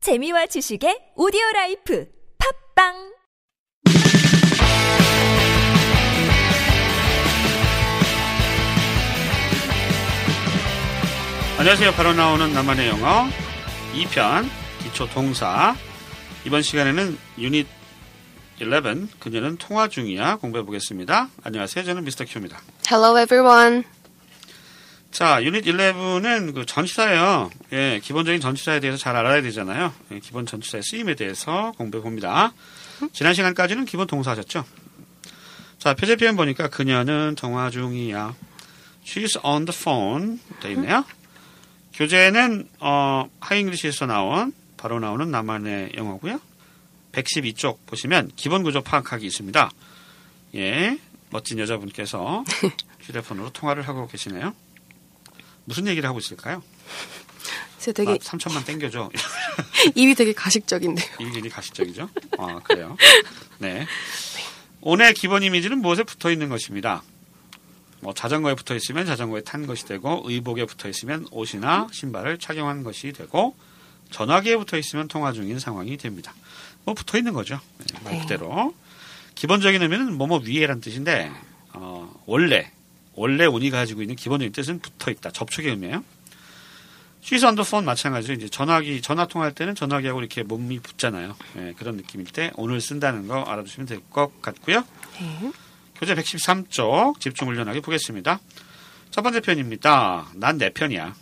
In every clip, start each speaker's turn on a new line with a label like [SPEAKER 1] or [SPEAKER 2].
[SPEAKER 1] 재미와 지식의 오디오 라이프 팝빵
[SPEAKER 2] 안녕하세요. 바로 나오는 나만의 영어 2편 기초 동사 이번 시간에는 유닛 11 그녀는 통화 중이야 공부해 보겠습니다. 안녕하세요. 저는 미스터 큐입니다.
[SPEAKER 3] Hello, everyone.
[SPEAKER 2] 자, 유닛 11은 그 전치사예요. 예, 기본적인 전치사에 대해서 잘 알아야 되잖아요. 예, 기본 전치사의 쓰임에 대해서 공부해 봅니다. 지난 시간까지는 기본 동사셨죠? 자, 표제 표현 보니까 그녀는 통화 중이야. She's on the phone 돼 있네요. 교재는 어, 하잉글리시에서 나온 바로 나오는 나만의 영어고요. 112쪽 보시면 기본 구조 파악하기 있습니다. 예, 멋진 여자분께서 휴대폰으로 통화를 하고 계시네요. 무슨 얘기를 하고 있을까요?
[SPEAKER 3] 제
[SPEAKER 2] 아,
[SPEAKER 3] 되게
[SPEAKER 2] 3천만 땡겨줘.
[SPEAKER 3] 입이 되게 가식적인데요.
[SPEAKER 2] 이민이 가식적이죠. 아, 그래요. 네. 오늘 기본 이미지는 무엇에 붙어 있는 것입니다. 뭐 자전거에 붙어 있으면 자전거에 탄 것이 되고 의복에 붙어 있으면 옷이나 신발을 착용한 것이 되고 전화기에 붙어 있으면 통화 중인 상황이 됩니다. 뭐 붙어 있는 거죠. 네, 말
[SPEAKER 3] 네.
[SPEAKER 2] 그대로. 기본적인 의미는 뭐뭐 위에란 뜻인데 어, 원래 원래 운이 가지고 있는 기본적인 뜻은 붙어 있다. 접촉의 의미예요. She's on the phone 마찬가지죠. 이제 전화기 전화 통화할 때는 전화기하고 이렇게 몸이 붙잖아요. 예, 그런 느낌일 때 오늘 쓴다는 거 알아두시면 될 것 같고요.
[SPEAKER 3] 네.
[SPEAKER 2] 교재 113쪽 집중 훈련하게 보겠습니다. 첫 번째 편입니다. 난 내 편이야.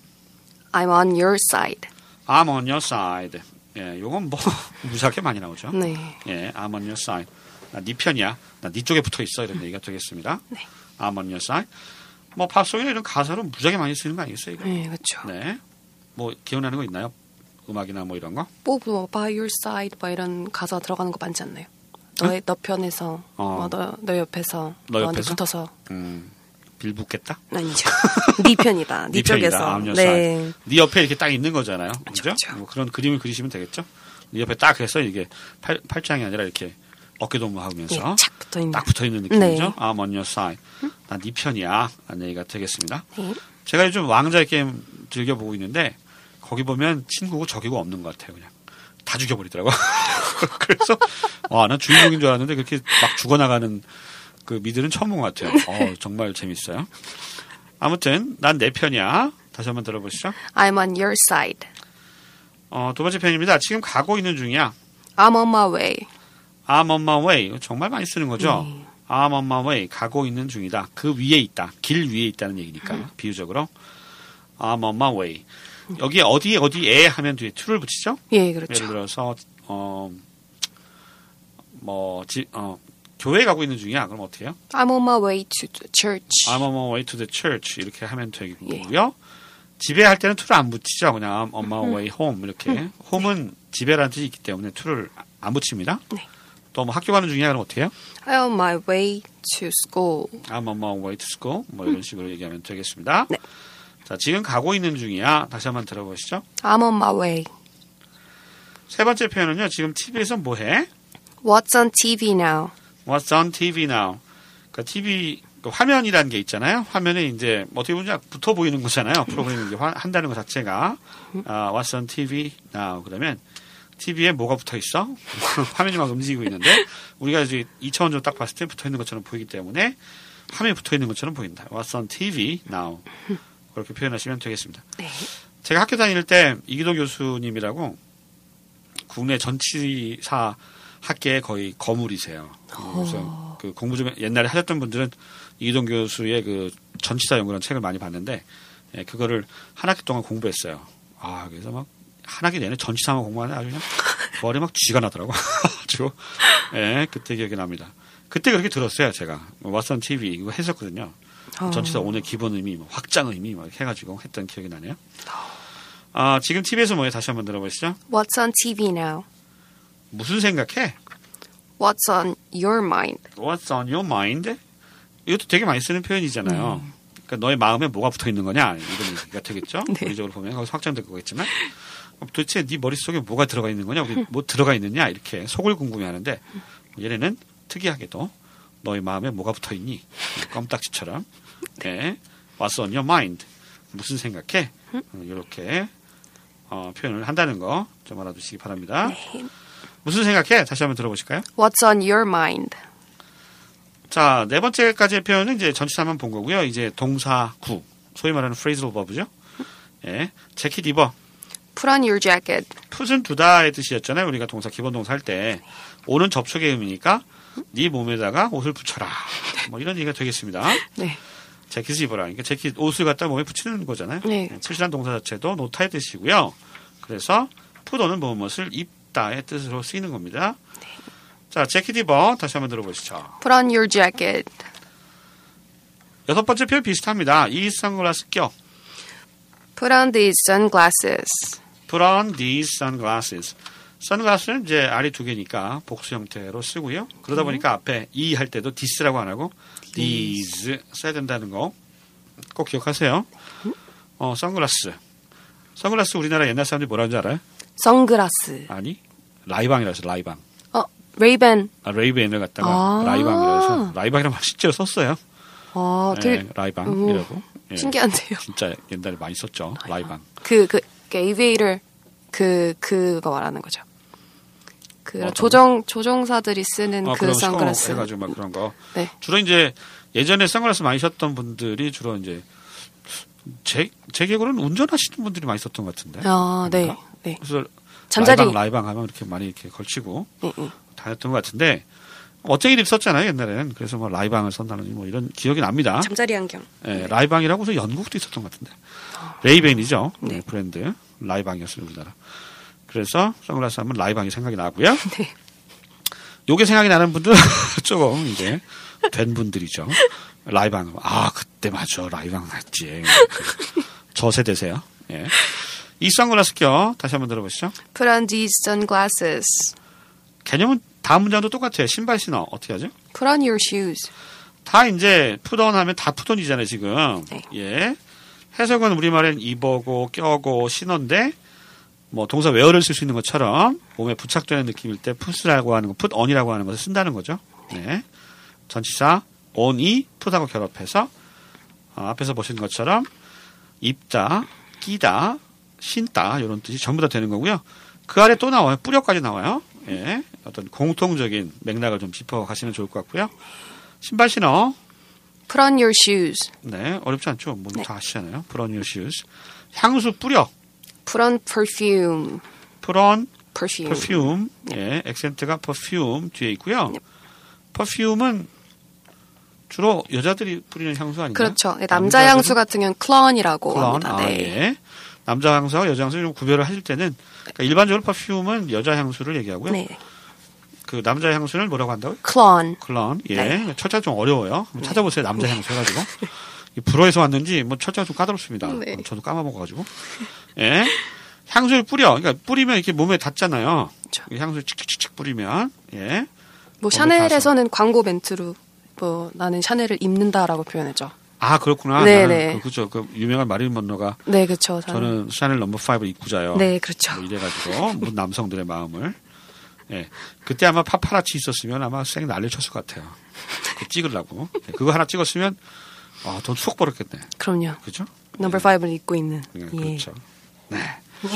[SPEAKER 3] I'm on your side.
[SPEAKER 2] I'm on your side. 예, 요건 뭐 무지하게 많이 나오죠.
[SPEAKER 3] 네.
[SPEAKER 2] 예, I'm on your side. 나네 편이야. 나 네 쪽에 붙어 있어. 이런 얘기가 되겠습니다.
[SPEAKER 3] 네.
[SPEAKER 2] I'm on your side. 뭐 팝송이나 이런 가사로 무지하게 많이 쓰는 거 아니겠어요? 이거?
[SPEAKER 3] 네, 그렇죠.
[SPEAKER 2] 네. 뭐 기억나는 거 있나요? 음악이나 뭐 이런 거?
[SPEAKER 3] 뭐, 뭐 by your side 막 이런 가사 들어가는 거 많지 않나요? 너의 너 편에서
[SPEAKER 2] 어.
[SPEAKER 3] 뭐, 너, 너 옆에서
[SPEAKER 2] 너
[SPEAKER 3] 너한테
[SPEAKER 2] 옆에서?
[SPEAKER 3] 붙어서
[SPEAKER 2] 음, 빌붙겠다?
[SPEAKER 3] 아니죠. 네 편이다. 네, 쪽에서.
[SPEAKER 2] 암녀
[SPEAKER 3] 네.
[SPEAKER 2] 사이. 네 옆에 이렇게 딱 있는 거잖아요. 그죠?
[SPEAKER 3] 그쵸.
[SPEAKER 2] 뭐 그런 그림을 그리시면 되겠죠? 네 옆에 딱 해서 이게 팔, 팔짱이 아니라 이렇게 어깨
[SPEAKER 3] 예,
[SPEAKER 2] 동무하면서
[SPEAKER 3] 착 붙어 있는.
[SPEAKER 2] 딱 붙어 있는 느낌이죠?
[SPEAKER 3] 네.
[SPEAKER 2] I'm on your side. 난 네 편이야. 라는 얘기가 되겠습니다.
[SPEAKER 3] 네.
[SPEAKER 2] 제가 요즘 왕자의 게임 즐겨보고 있는데 거기 보면 친구고 적이고 없는 것 같아요. 그냥. 다 죽여버리더라고. 그래서 와, 난 주인공인 줄 알았는데 그렇게 막 죽어나가는 그 미드는 처음 본 것 같아요.
[SPEAKER 3] 네.
[SPEAKER 2] 어, 정말 재밌어요. 아무튼 난 내 편이야. 다시 한번 들어보시죠.
[SPEAKER 3] I'm on your side.
[SPEAKER 2] 어, 두 번째 편입니다. 지금 가고 있는 중이야.
[SPEAKER 3] I'm on my way.
[SPEAKER 2] I'm on my way. 이거 정말 많이 쓰는
[SPEAKER 3] 네.
[SPEAKER 2] 거죠. I'm on my way. 가고 있는 중이다. 그 위에 있다. 길 위에 있다는 얘기니까
[SPEAKER 3] 음.
[SPEAKER 2] 비유적으로. I'm on my way. 여기 어디 어디에 하면 뒤에 to를 붙이죠.
[SPEAKER 3] 예, 그렇죠.
[SPEAKER 2] 예를 들어서 어뭐 어, 교회 가고 있는 중이야. 그럼 어떻게 해요?
[SPEAKER 3] I'm on my way to the church.
[SPEAKER 2] I'm on my way to the church 이렇게 하면
[SPEAKER 3] 예.
[SPEAKER 2] 되고요. 집에 할 때는 to를 안 붙이죠. 그냥 I'm on my way
[SPEAKER 3] 음.
[SPEAKER 2] home 이렇게. home은 집에라는 뜻이 있기 때문에 to를 안 붙입니다.
[SPEAKER 3] 네.
[SPEAKER 2] 또 뭐 학교 가는 중이야. 그럼 어떻게 해요?
[SPEAKER 3] I'm on my way to school.
[SPEAKER 2] I'm on my way to school 뭐 이런 식으로 얘기하면 되겠습니다.
[SPEAKER 3] 네.
[SPEAKER 2] 자, 지금 가고 있는 중이야. 다시 한번 들어보시죠.
[SPEAKER 3] I'm on my way.
[SPEAKER 2] 세 번째 표현은요. 지금 TV에서 뭐 해?
[SPEAKER 3] What's on TV now?
[SPEAKER 2] What's on TV now? 그러니까 TV 그 화면이라는 게 있잖아요. 화면에 이제 뭐 어떻게 보면 붙어 보이는 거잖아요. 프로그램이 이제 화- 한다는 것 자체가 아, What's on TV now? 그러면 TV에 뭐가 붙어 있어? 화면이 막 움직이고 있는데 우리가 이제 2차원적으로 딱 봤을 때 붙어 있는 것처럼 보이기 때문에 화면에 붙어 있는 것처럼 보인다. What's on TV now? 그렇게 표현하시면 되겠습니다.
[SPEAKER 3] 네.
[SPEAKER 2] 제가 학교 다닐 때 이기도 교수님이라고 국내 전치사 학계의 거의 거물이세요. 그래서 그 공부 좀 옛날에 하셨던 분들은 이기동 교수의 그 전치사 연구라는 책을 많이 봤는데 예, 그거를 한 학기 동안 공부했어요. 아 그래서 막 한 학기 내내 전치사만 공부하는 아주 그냥 머리 막 쥐가 나더라고. 아주 예 그때 기억이 납니다. 그때 그렇게 들었어요 제가 뭐 왓슨 TV 이거 했었거든요.
[SPEAKER 3] 어.
[SPEAKER 2] 전치사 오늘 기본 의미, 뭐 확장 의미 막 이렇게 해가지고 했던 기억이 나네요. 아, 지금 TV에서 뭐예요? 다시 한번 들어보시죠.
[SPEAKER 3] What's on TV now?
[SPEAKER 2] 무슨 생각해?
[SPEAKER 3] What's on your mind?
[SPEAKER 2] What's on your mind? 이것도 되게 많이 쓰는 표현이잖아요.
[SPEAKER 3] 네.
[SPEAKER 2] 그러니까 너의 마음에 뭐가 붙어 있는 거냐 이런 얘기가 되겠죠.
[SPEAKER 3] 네.
[SPEAKER 2] 우리적으로 보면 거기서 확장될 거겠지만 그럼 도대체 네 머릿속에 뭐가 들어가 있는 거냐 우리 뭐 들어가 있느냐 이렇게 속을 궁금해하는데 얘네는 특이하게도 너의 마음에 뭐가 붙어 있니 껌딱지처럼 네. What's on your mind? 무슨 생각해? 이렇게 어, 표현을 한다는 거 좀 알아두시기 바랍니다.
[SPEAKER 3] 네.
[SPEAKER 2] 무슨 생각해? 다시 한번 들어보실까요?
[SPEAKER 3] What's on your mind?
[SPEAKER 2] 자, 네 번째까지의 표현은 이제 전치사만 본 거고요. 이제 동사 구, 소위 말하는 phrasal verb죠. 예. 재킷 입어.
[SPEAKER 3] Put on your jacket.
[SPEAKER 2] 풋은 두다의 뜻이었잖아요. 우리가 동사 기본 동사 할 때 오는 접촉의 의미니까 네 몸에다가 옷을 붙여라. 뭐 이런 얘기가 되겠습니다.
[SPEAKER 3] 네.
[SPEAKER 2] 재킷을 입어라. 그러니까 재킷 옷을 갖다 몸에 붙이는 거잖아요.
[SPEAKER 3] 네.
[SPEAKER 2] 풋이란 동사 자체도 노타의 뜻이고요. 그래서 풋오는 무엇을 입다의 뜻으로 쓰이는 겁니다. 자, 재킷 입어 다시 한번 들어보시죠.
[SPEAKER 3] Put on your jacket.
[SPEAKER 2] 여섯 번째 표현 비슷합니다. 이 선글라스 껴.
[SPEAKER 3] Put on these sunglasses.
[SPEAKER 2] Put on these sunglasses. 선글라스는 이제 알이 두 개니까 복수 형태로 쓰고요. 그러다 보니까 앞에 이 할 때도 this라고 안 하고 these 써야 된다는 거 꼭 기억하세요. 어, 선글라스. 선글라스 우리나라 옛날 사람들이 뭐라는지 알아요?
[SPEAKER 3] 선글라스.
[SPEAKER 2] 아니, 라이방이라서 라이방.
[SPEAKER 3] 어, 레이벤.
[SPEAKER 2] 아, 레이벤을 갖다가
[SPEAKER 3] 아.
[SPEAKER 2] 라이방이라서 라이방이라는 말 실제로 썼어요.
[SPEAKER 3] 어, 되게
[SPEAKER 2] 예, 라이방이라고. 예,
[SPEAKER 3] 신기한데요.
[SPEAKER 2] 진짜 옛날에 많이 썼죠. 라이방.
[SPEAKER 3] 그, 그, 그 AVA를 그, 그거 말하는 거죠. 그
[SPEAKER 2] 어떤
[SPEAKER 3] 조정, 조정사들이 쓰는
[SPEAKER 2] 아,
[SPEAKER 3] 그
[SPEAKER 2] 그런 선글라스
[SPEAKER 3] 선글라스.
[SPEAKER 2] 해가지고 막 그런 거.
[SPEAKER 3] 네.
[SPEAKER 2] 주로 이제 예전에 선글라스 많이 썼던 분들이 주로 이제 제, 제 기억으로는 운전하시는 분들이 많이 썼던 것 같은데.
[SPEAKER 3] 아, 네.
[SPEAKER 2] 아닌가?
[SPEAKER 3] 네.
[SPEAKER 2] 그래서
[SPEAKER 3] 잠자리.
[SPEAKER 2] 라이방 라이방 하면 이렇게 많이 이렇게 걸치고
[SPEAKER 3] 네, 네.
[SPEAKER 2] 다녔던 것 같은데 어쟁이립 썼잖아요 옛날에는 그래서 뭐 라이방을 썼다는 뭐 이런 기억이 납니다.
[SPEAKER 3] 잠자리 네. 안경.
[SPEAKER 2] 예, 라이방이라고 해서 영국도 있었던 것 같은데 레이벤이죠 예,
[SPEAKER 3] 네.
[SPEAKER 2] 브랜드 라이방이었어요 우리나라. 그래서 선글라스 하면 라이방이 생각이 나고요.
[SPEAKER 3] 네.
[SPEAKER 2] 요게 생각이 나는 분들은 조금 이제 된 분들이죠. 라이방. 아, 그때 맞아. 라이방 했지. 저 세대세요. 예. 이 선글라스 껴. 다시 한번 들어보시죠.
[SPEAKER 3] Put on these sunglasses.
[SPEAKER 2] 개념은 다음 문장도 똑같아요. 신발 신어. 어떻게 하죠?
[SPEAKER 3] Put on your shoes.
[SPEAKER 2] 다 이제 푸던 하면 다 푸던이잖아요, 지금.
[SPEAKER 3] 네.
[SPEAKER 2] 예. 해석은 우리말엔 입어고 껴고 신어인데 뭐 동사 웨어를 쓸 수 있는 것처럼 몸에 부착되는 느낌일 때 풋이라고 하는 거, 풋 언이라고 하는 것을 쓴다는 거죠. 네. 전치사 on이 풋하고 결합해서 아, 앞에서 보신 것처럼 입다, 끼다, 신다 이런 뜻이 전부 다 되는 거고요. 그 아래 또 나와요. 뿌려까지 나와요. 예. 어떤 공통적인 맥락을 좀 짚어 가시면 좋을 것 같고요. 신발 신어.
[SPEAKER 3] Put on your shoes.
[SPEAKER 2] 네, 어렵지 않죠. 뭐 다 아시잖아요. 브런 유시우스. 향수 뿌려.
[SPEAKER 3] Put on perfume.
[SPEAKER 2] 브런
[SPEAKER 3] Perfume.
[SPEAKER 2] 퍼퓸.
[SPEAKER 3] 네.
[SPEAKER 2] 예, 액센트가 퍼퓸 뒤에 있고요. 퍼퓸은 주로 여자들이 뿌리는 향수 아닌가요?
[SPEAKER 3] 그렇죠. 네, 남자 향수 같은 경우는 클론이라고
[SPEAKER 2] 그런,
[SPEAKER 3] 합니다.
[SPEAKER 2] 아,
[SPEAKER 3] 네.
[SPEAKER 2] 예. 남자 향수와 여자 향수 좀 구별을 하실 때는 그러니까 일반적으로 퍼퓸은 여자 향수를 얘기하고요.
[SPEAKER 3] 네.
[SPEAKER 2] 그 남자 향수는 뭐라고 한다고요?
[SPEAKER 3] 클론.
[SPEAKER 2] 클론. 예.
[SPEAKER 3] 네.
[SPEAKER 2] 철자 좀 어려워요. 한번 찾아보세요. 남자 향수 해가지고. 이 불어에서 왔는지 뭐 철자 좀 까다롭습니다.
[SPEAKER 3] 네.
[SPEAKER 2] 저도 까먹어가지고. 예. 향수를 뿌려. 그러니까 뿌리면 이렇게 몸에 닿잖아요.
[SPEAKER 3] 그렇죠.
[SPEAKER 2] 이 향수를 칙칙칙칙 뿌리면. 예.
[SPEAKER 3] 뭐 샤넬에서는 광고 멘트로 뭐 나는 샤넬을 입는다라고 표현했죠.
[SPEAKER 2] 아, 그렇구나.
[SPEAKER 3] 네,
[SPEAKER 2] 나는
[SPEAKER 3] 네.
[SPEAKER 2] 그, 그죠. 그 유명한 마릴린 먼로가
[SPEAKER 3] 네, 그렇죠. 저는-
[SPEAKER 2] 저는 샤넬 넘버 5를 입고 자요.
[SPEAKER 3] 네, 그렇죠.
[SPEAKER 2] 뭐 이래가지고 뭐 남성들의 마음을 예 그때 아마 파파라치 있었으면 아마 쌩 난리 쳤을 것 같아요 그거 찍으려고 예, 그거 하나 찍었으면 아돈쑥 벌었겠네
[SPEAKER 3] 그럼요.
[SPEAKER 2] 그죠
[SPEAKER 3] 넘버 5를 입고 있는.
[SPEAKER 2] 네,
[SPEAKER 3] 예.
[SPEAKER 2] 그렇죠 네
[SPEAKER 3] 예.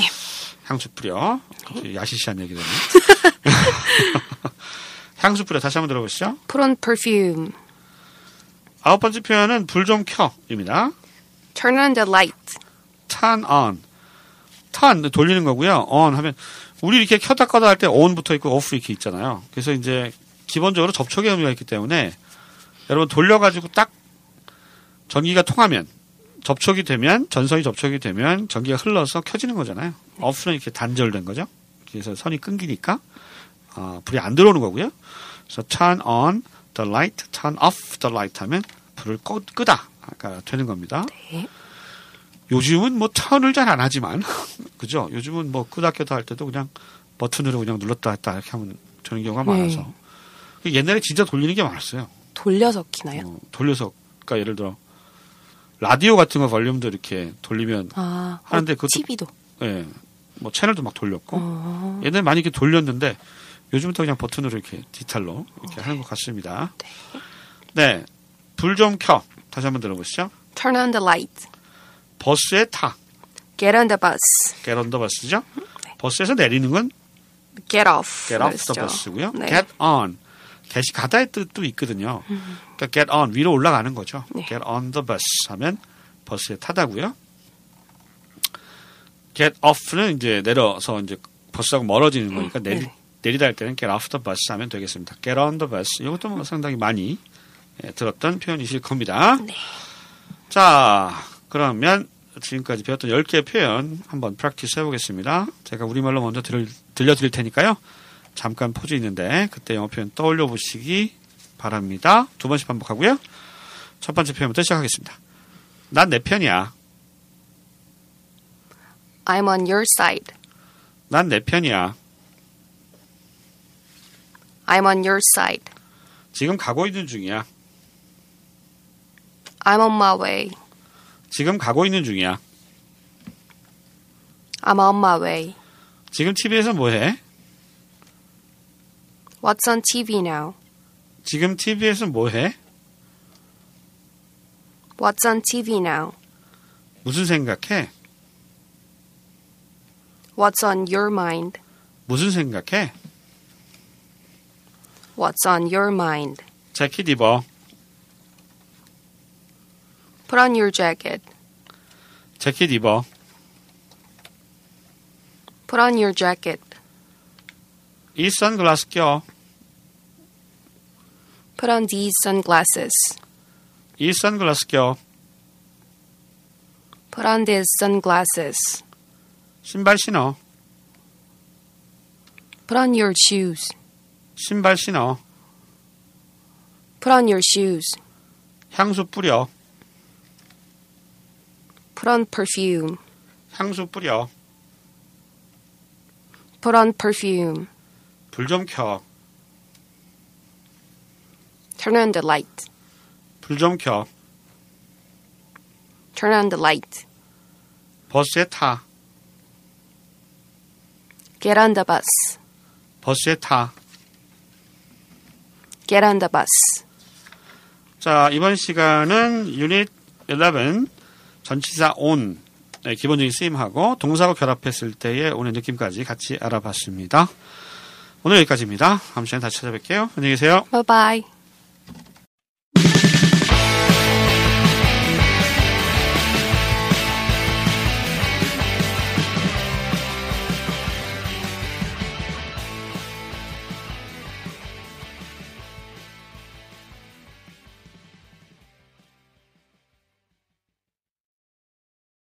[SPEAKER 2] 향수 뿌려 갑자기 야시시한 얘기를 향수 뿌려 다시 한번 들어보시죠
[SPEAKER 3] Put on perfume.
[SPEAKER 2] 아홉 번째 표현은 불 좀 켜입니다
[SPEAKER 3] Turn on the light.
[SPEAKER 2] turn on. turn 돌리는 거고요. on 하면 우리 이렇게 켰다 꺼다 할 때 on부터 있고 off 이렇게 있잖아요. 그래서 이제 기본적으로 접촉의 의미가 있기 때문에 여러분 돌려가지고 딱 전기가 통하면 접촉이 되면 전선이 접촉이 되면 전기가 흘러서 켜지는 거잖아요. off는 이렇게 단절된 거죠. 그래서 선이 끊기니까 아, 불이 안 들어오는 거고요. 그래서 turn on the light, turn off the light 하면 불을 꺼, 끄다. 아까 되는 겁니다.
[SPEAKER 3] 네.
[SPEAKER 2] 요즘은 뭐 턴을 잘 안 하지만 그죠? 요즘은 뭐 끄다 켜다 할 때도 그냥 버튼으로 그냥 눌렀다 했다 이렇게 하면 되는 경우가
[SPEAKER 3] 네.
[SPEAKER 2] 많아서 옛날에 진짜 돌리는 게 많았어요.
[SPEAKER 3] 돌려서 키나요?
[SPEAKER 2] 어, 돌려서 그러니까 예를 들어 라디오 같은 거 볼륨도 이렇게 돌리면
[SPEAKER 3] 아,
[SPEAKER 2] 하는데 그것도-
[SPEAKER 3] TV도.
[SPEAKER 2] 예, 뭐 채널도 막 돌렸고
[SPEAKER 3] 어.
[SPEAKER 2] 옛날에 많이 이렇게 돌렸는데 요즘은 또 그냥 버튼으로 이렇게 디지털로
[SPEAKER 3] 어.
[SPEAKER 2] 이렇게 하는 것 같습니다. 네, 불 좀 켜. 다시 한번 들어보시죠.
[SPEAKER 3] Turn on the light.
[SPEAKER 2] 버스에 타.
[SPEAKER 3] get on the bus,
[SPEAKER 2] get on the bus죠. 버스에서 내리는 건
[SPEAKER 3] get off.
[SPEAKER 2] get off the
[SPEAKER 3] 네. 그랬죠.
[SPEAKER 2] bus고요.
[SPEAKER 3] 네.
[SPEAKER 2] get on. get이 가다의 뜻도 있거든요. 그러니까 get on 위로 올라가는 거죠.
[SPEAKER 3] 음. 네.
[SPEAKER 2] get on the bus 하면 버스에 타다고요. get off는 이제 내려서 이제 버스하고 멀어지는 거니까 내리
[SPEAKER 3] 네.
[SPEAKER 2] 내리다 할 때는 get off the bus 하면 되겠습니다. get on the bus. 이것도 뭐 상당히 많이 예, 들었던 표현이실 겁니다. 자, 그러면 지금까지 배웠던 10개의 표현 한번 프랙티스 해보겠습니다. 제가 우리말로 먼저 들, 들려드릴 테니까요. 잠깐 포즈 있는데 그때 영어 표현 떠올려 보시기 바랍니다. 두 번씩 반복하고요. 첫 번째 표현부터 시작하겠습니다. 난 내 편이야.
[SPEAKER 3] I'm on your side.
[SPEAKER 2] 난 내 편이야.
[SPEAKER 3] I'm on your side.
[SPEAKER 2] 지금 가고 있는 중이야.
[SPEAKER 3] I'm on my way.
[SPEAKER 2] 지금 가고 있는 중이야.
[SPEAKER 3] I'm on my way.
[SPEAKER 2] 지금 TV에서 뭐해?
[SPEAKER 3] What's on TV now?
[SPEAKER 2] 지금 TV에서 뭐해?
[SPEAKER 3] What's on TV now?
[SPEAKER 2] 무슨 생각해?
[SPEAKER 3] What's on your mind?
[SPEAKER 2] 무슨 생각해?
[SPEAKER 3] What's on your mind?
[SPEAKER 2] 재킷 입어.
[SPEAKER 3] Put on your jacket.
[SPEAKER 2] 재킷 입어.
[SPEAKER 3] Put on your jacket.
[SPEAKER 2] 이 선글라스 껴.
[SPEAKER 3] Put on these sunglasses.
[SPEAKER 2] 이 선글라스 껴.
[SPEAKER 3] Put on these sunglasses.
[SPEAKER 2] 신발 신어.
[SPEAKER 3] Put on your shoes.
[SPEAKER 2] 신발 신어.
[SPEAKER 3] Put on your shoes.
[SPEAKER 2] 향수 뿌려.
[SPEAKER 3] Put on perfume.
[SPEAKER 2] 향수 뿌려.
[SPEAKER 3] Put on perfume.
[SPEAKER 2] 불 좀 켜.
[SPEAKER 3] Turn on the light.
[SPEAKER 2] 불 좀 켜.
[SPEAKER 3] Turn on the light.
[SPEAKER 2] 버스에 타.
[SPEAKER 3] Get on the bus.
[SPEAKER 2] 버스에 타.
[SPEAKER 3] Get on the bus.
[SPEAKER 2] 자, 이번 시간은 유닛 11 전치사 on 의 기본적인 쓰임하고 동사하고 결합했을 때의 오늘 느낌까지 같이 알아봤습니다. 오늘 여기까지입니다. 다음 시간에 다시 찾아뵐게요. 안녕히 계세요.
[SPEAKER 3] Bye bye.